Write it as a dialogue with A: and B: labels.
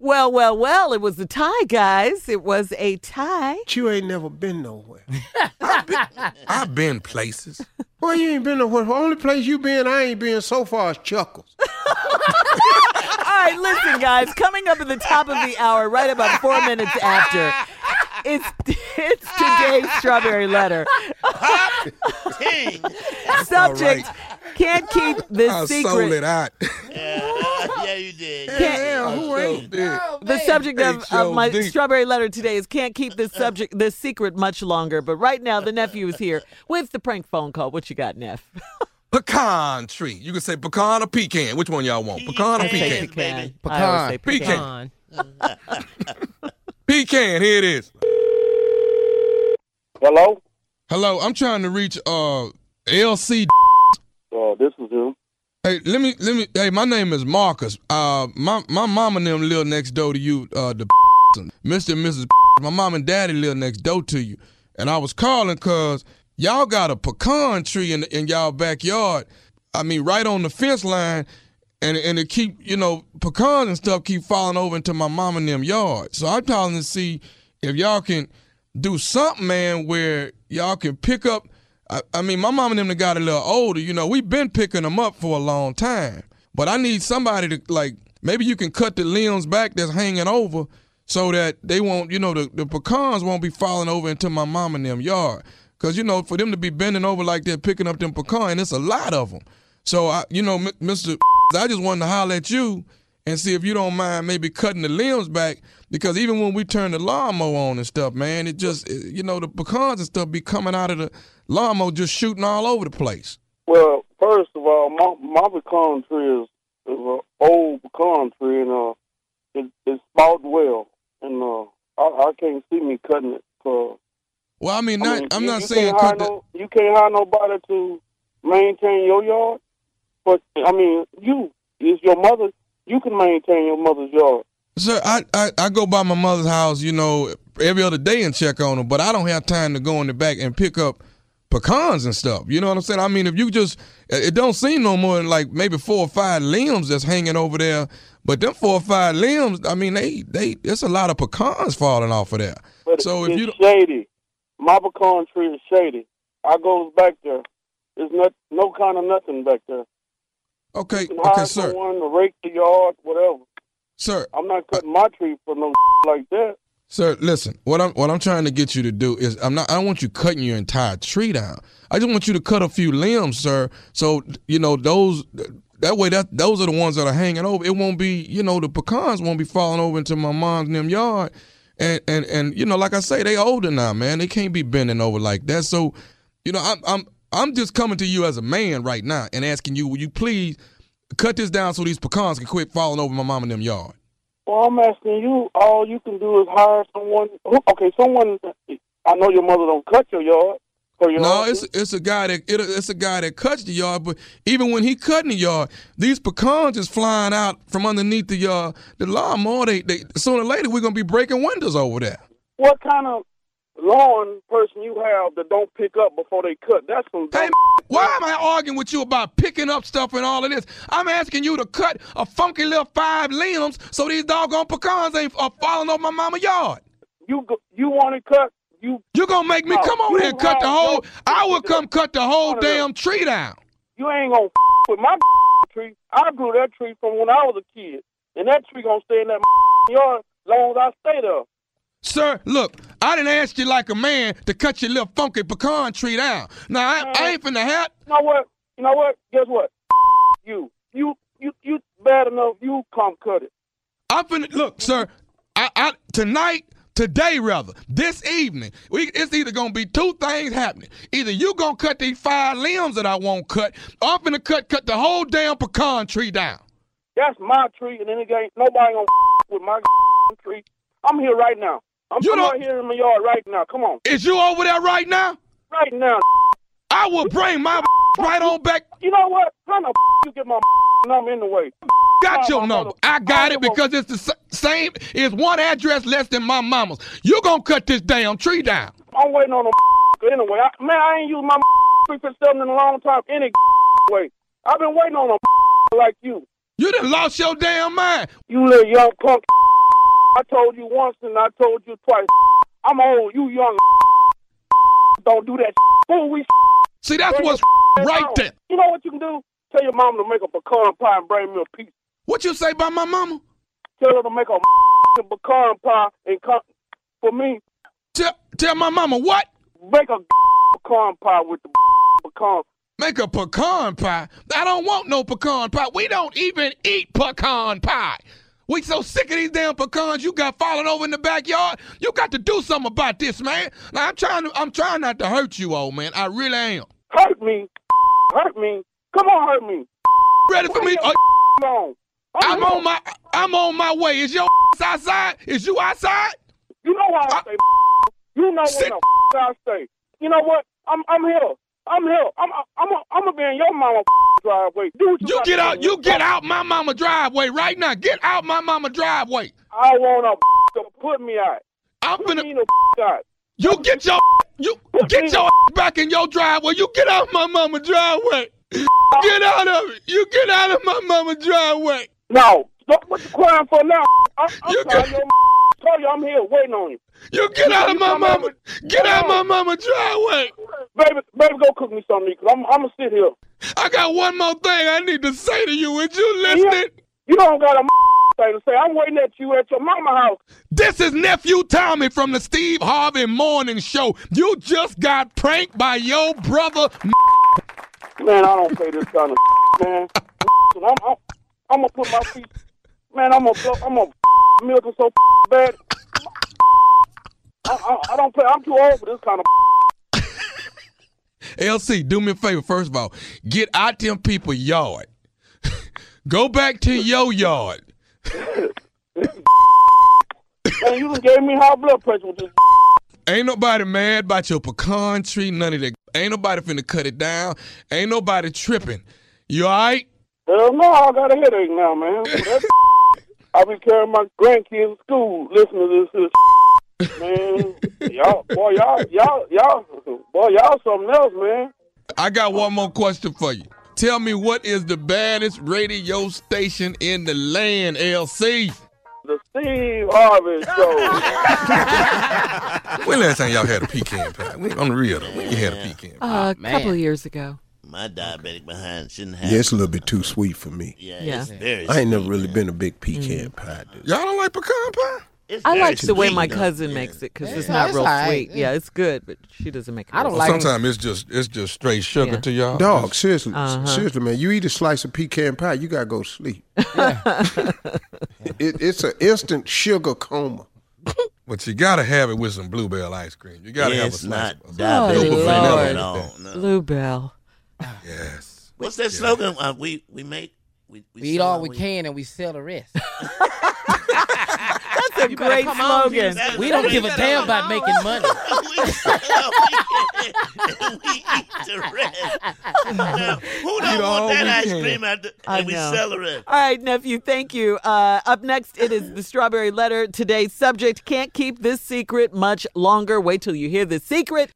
A: Well, well, well, it was a tie, guys. It was a tie.
B: You ain't never been nowhere.
C: I've been places.
B: Well, you ain't been nowhere. The only place you been, I ain't been so far is Chuckles.
A: All right, listen, guys, coming up at the top of the hour, right about four minutes after, it's, it's today's strawberry letter. Subject can't keep this
C: I sold
A: secret.
C: it out.
D: yeah, you did.
A: Can't-
B: Hell,
E: Oh,
B: who ain't?
A: the subject of,
C: Hey,
A: of
C: Joe
A: my
C: Deep.
A: strawberry letter today is can't keep this subject this secret much longer. But right now, the nephew is here with the prank phone call. What you got, Neff?
C: Pecan tree. You can say pecan or pecan. Which one y'all want? Pecan or
D: Pecan.
C: pecan?
D: Yes, baby.
A: I always say
C: Pecan.
A: pecan.
E: On.
C: Pecan. Here it is.
F: Hello?
C: Hello, I'm trying to reach uh LC.
F: Uh, this is him.
C: Hey, let me let me. Hey, my name is Marcus. Uh, my my mom and them live next door to you. Uh, the Mr. and Mrs. My mom and daddy live next door to you, and I was calling cause y'all got a pecan tree in in y'all backyard. I mean, right on the fence line, and and it keep you know pecans and stuff keep falling over into my mom and them yard. So I'm calling to see if y'all can do something, man, where y'all can pick up. I, I mean, my mom and them done got a little older. You know, we've been picking them up for a long time. But I need somebody to like maybe you can cut the limbs back that's hanging over so that they won't, you know, the, the pecans won't be falling over into my mom and them yard. Cause you know, for them to be bending over like they're picking up them pecan, it's a lot of them. So I, you know, M- Mr. I just wanted to holler at you and see if you don't mind maybe cutting the limbs back because even when we turn the lawnmower on and stuff, man, it just it- you know the pecans and stuff be coming out of the lawnmower just shooting all over the place.
F: Well, first of all, my, my pecan tree is, is an old pecan tree, and uh, it, it's bought well, and uh, I, I can't see me cutting it. Cause,
C: Well, I mean,
F: I
C: not,
F: mean,
C: I'm
F: you-
C: not
F: you
C: saying
F: can't hire
C: cut the,
F: no, you can't hire nobody to maintain your yard, but I mean, you is your mother. You can maintain your mother's yard.
C: Sir, I, I, I go by my mother's house, you know, every other day and check on her, but I don't have time to go in the back and pick up pecans and stuff. You know what I'm saying? I mean, if you just, it it don't seem no more than like maybe four or five limbs that's hanging over there, but them four or five limbs, I mean, they, they, it's a lot of pecans falling off of there.
F: But
C: So
F: it,
C: if you,
F: it's
C: don't-
F: shady. My pecan tree is shady. I goes back there. There's not no kind of nothing back there.
C: okay,
F: can
C: okay,
F: hire
C: sir,
F: someone to rake the yard, whatever.
C: sir,
F: I'm not cutting my tree for no like that.
C: Sir, listen. What I'm what I'm trying to get you to do is I'm not. I don't want you cutting your entire tree down. I just want you to cut a few limbs, sir. So you know those. That way, that those are the ones that are hanging over. It won't be, you know, the pecans won't be falling over into my mom's and them yard. And and and you know, like I say, they older now, man. They can't be bending over like that. So, you know, I'm I'm I'm just coming to you as a man right now and asking you, will you please cut this down so these pecans can quit falling over my mom and them yard.
F: Well, I'm asking you. All you can do is hire someone. Who, okay, someone. I know your mother don't cut your yard. For your
C: No,
F: own-
C: it's it's a guy that it, it's a guy that cuts the yard. But even when he cutting the yard, these pecans is flying out from underneath the uh, the lawnmower. They, they sooner or later we're gonna be breaking windows over there.
F: what kind of lawn person you have that don't pick up before they cut? That's some.
C: Hey,
F: dumb-
C: why am I arguing with you about picking up stuff and all of this? I'm asking you to cut a funky little five limbs so these doggone pecans ain't are falling over my mama yard.
F: you go, you want to cut? You
C: You gonna make me
F: No,
C: come over
F: you
C: here and cut the
F: have
C: whole?
F: no-
C: I will come cut the whole
F: No, no, no.
C: damn tree down.
F: you ain't gonna with my tree. I grew that tree from when I was a kid, and that tree gonna stay in that yard long as I stay there.
C: Sir, look, I didn't ask you like a man to cut your little funky pecan tree down. Now I, I ain't finna have.
F: You know what? You know what? Guess what? You, you, you, you bad enough. You come cut it.
C: I'm finna look, sir. I, I tonight, today rather, this evening, we, it's either gonna be two things happening. Either you gonna cut these five limbs that I won't cut, or I'm finna cut cut the whole damn pecan tree down.
F: That's my tree, and then it ain't nobody gonna with my tree. I'm here right now. I'm,
C: You
F: I'm
C: don't-
F: right here in my yard right now. Come on,
C: Is you over there right now?
F: right now.
C: I will bring my right on back.
F: You know what? How the you get my number anyway?
C: Got your number. I got it because it's the sa- same. It's one address less than my mama's. You gonna cut this damn tree down?
F: I'm waiting on a anyway. I, man, I ain't used my tree for something in a long time. Any way, I've been waiting on a like you.
C: You done lost your damn mind.
F: You little young punk I told you once and I told you twice. I'm old, you young. Don't do that. Fool, we
C: See, that's what's right there.
F: You know what you can do? Tell your mom to make a pecan pie and bring me a piece.
C: What you say about my mama?
F: Tell her to make a pecan pie and come for me.
C: Tell, tell my mama what?
F: Make a pecan pie with the pecan.
C: Make a pecan pie. I don't want no pecan pie. We don't even eat pecan pie. We so sick of these damn pecans you got falling over in the backyard. You got to do something about this, man. Now I'm trying to I'm trying not to hurt you, old man. I really am.
F: Hurt me, hurt me. Come on, hurt me.
C: Ready for me? Are-
F: Come on.
C: I'm on my I'm on my way. Is your outside? Is you outside?
F: You know why I say. You know
C: Sit-
F: when the I say. You know what? I'm I'm here. I'm here. I'm I'm I'm gonna be in your mama driveway. Do what you,
C: You
F: gotta
C: get
F: do.
C: out you get out my mama driveway right now. Get out my mama driveway.
F: I want a to put me out.
C: I'm
F: Put
C: finna
F: me in the out.
C: You get your you get your back in your driveway. You get out my mama driveway. Get out of it. You get out of my mama driveway.
F: No, look what you crying for now. I'm, I'm
C: You
F: sorry,
C: got-
F: your told you I'm here waiting on you.
C: You get out of my mama. Get out of my mama driveway.
F: Baby, baby, go cook me something to eat, 'cause I'm, I'm gonna sit here.
C: I got one more thing I need to say to you. Is you listening?
F: You don't got a thing to say. I'm waiting at you at your mama house.
C: This is nephew Tommy from the Steve Harvey Morning Show. You just got pranked by your brother.
F: Man, I don't say this kind of man. I'm, I'm, I'm gonna put my feet. Man, I'm gonna blow. I'm gonna milk it so bad. I, I, I don't play. I'm too old for this kind of.
C: LC, do me a favor. First of all, get out them people yard. Go back to your yard.
F: Man, you done gave me high blood pressure with this.
C: Ain't nobody mad about your pecan tree, none of that. Ain't nobody finna cut it down. Ain't nobody tripping. You alright?
F: Hell no, I got a headache now, man. That's- I be carrying my grandkids to school, listening to this. this man, y'all, boy, y'all, y'all, y'all, boy, y'all, something else, man.
C: I got one more question for you. Tell me what is the baddest radio station in the land, LC?
F: The Steve Harvey Show.
E: When last time y'all had a pecan pie? When- On the real though, when you had a pecan pie?
A: Uh, a
G: man.
A: couple of years ago.
D: My diabetic behind shouldn't have.
B: Yeah, it's a little bit too sweet for me.
D: Yeah,
A: Yeah.
D: it's very.
B: I ain't never
D: sweet,
B: really
D: man.
B: been a big
E: Mm-hmm.
B: pecan pie dude.
E: Y'all don't like pecan pie?
D: It's
A: I
D: very
A: like the way
D: sweet,
A: my
D: though.
A: cousin makes it because it's
G: Yeah,
A: not
G: it's
A: real
G: all right.
A: sweet. Yeah, it's good, but she doesn't make it.
G: I don't
A: real
G: like-
E: Sometimes it's just it's just straight sugar
A: Yeah.
E: to y'all.
B: Dog, seriously,
A: Uh-huh.
B: seriously, man, you eat a slice of pecan pie, you gotta go to sleep. it, it's an instant sugar coma.
E: But you gotta have it with some bluebell ice cream. You gotta have a
D: It's
E: slice.
D: not
E: of-
D: diabetic
A: Lord.
D: vanilla at all.
A: sweet.
D: No.
A: Bluebell.
E: Yes.
D: What's that slogan? Uh, we we make we, we,
G: We eat
D: sell
G: all we can and we sell the rest.
A: That's a great slogan.
D: That's
G: We
D: the
G: don't
D: way
G: give a
D: that
G: damn
D: I-
G: about making money.
D: we sell all we can and we eat the rest. Now, who don't
E: all
D: want that
E: we
D: ice
E: can.
D: cream out the,
A: I
D: and we
A: know.
D: sell the rest?
A: All right, nephew, thank you. Uh, up next, it is the strawberry letter. Today's subject can't keep this secret much longer. Wait till you hear the secret.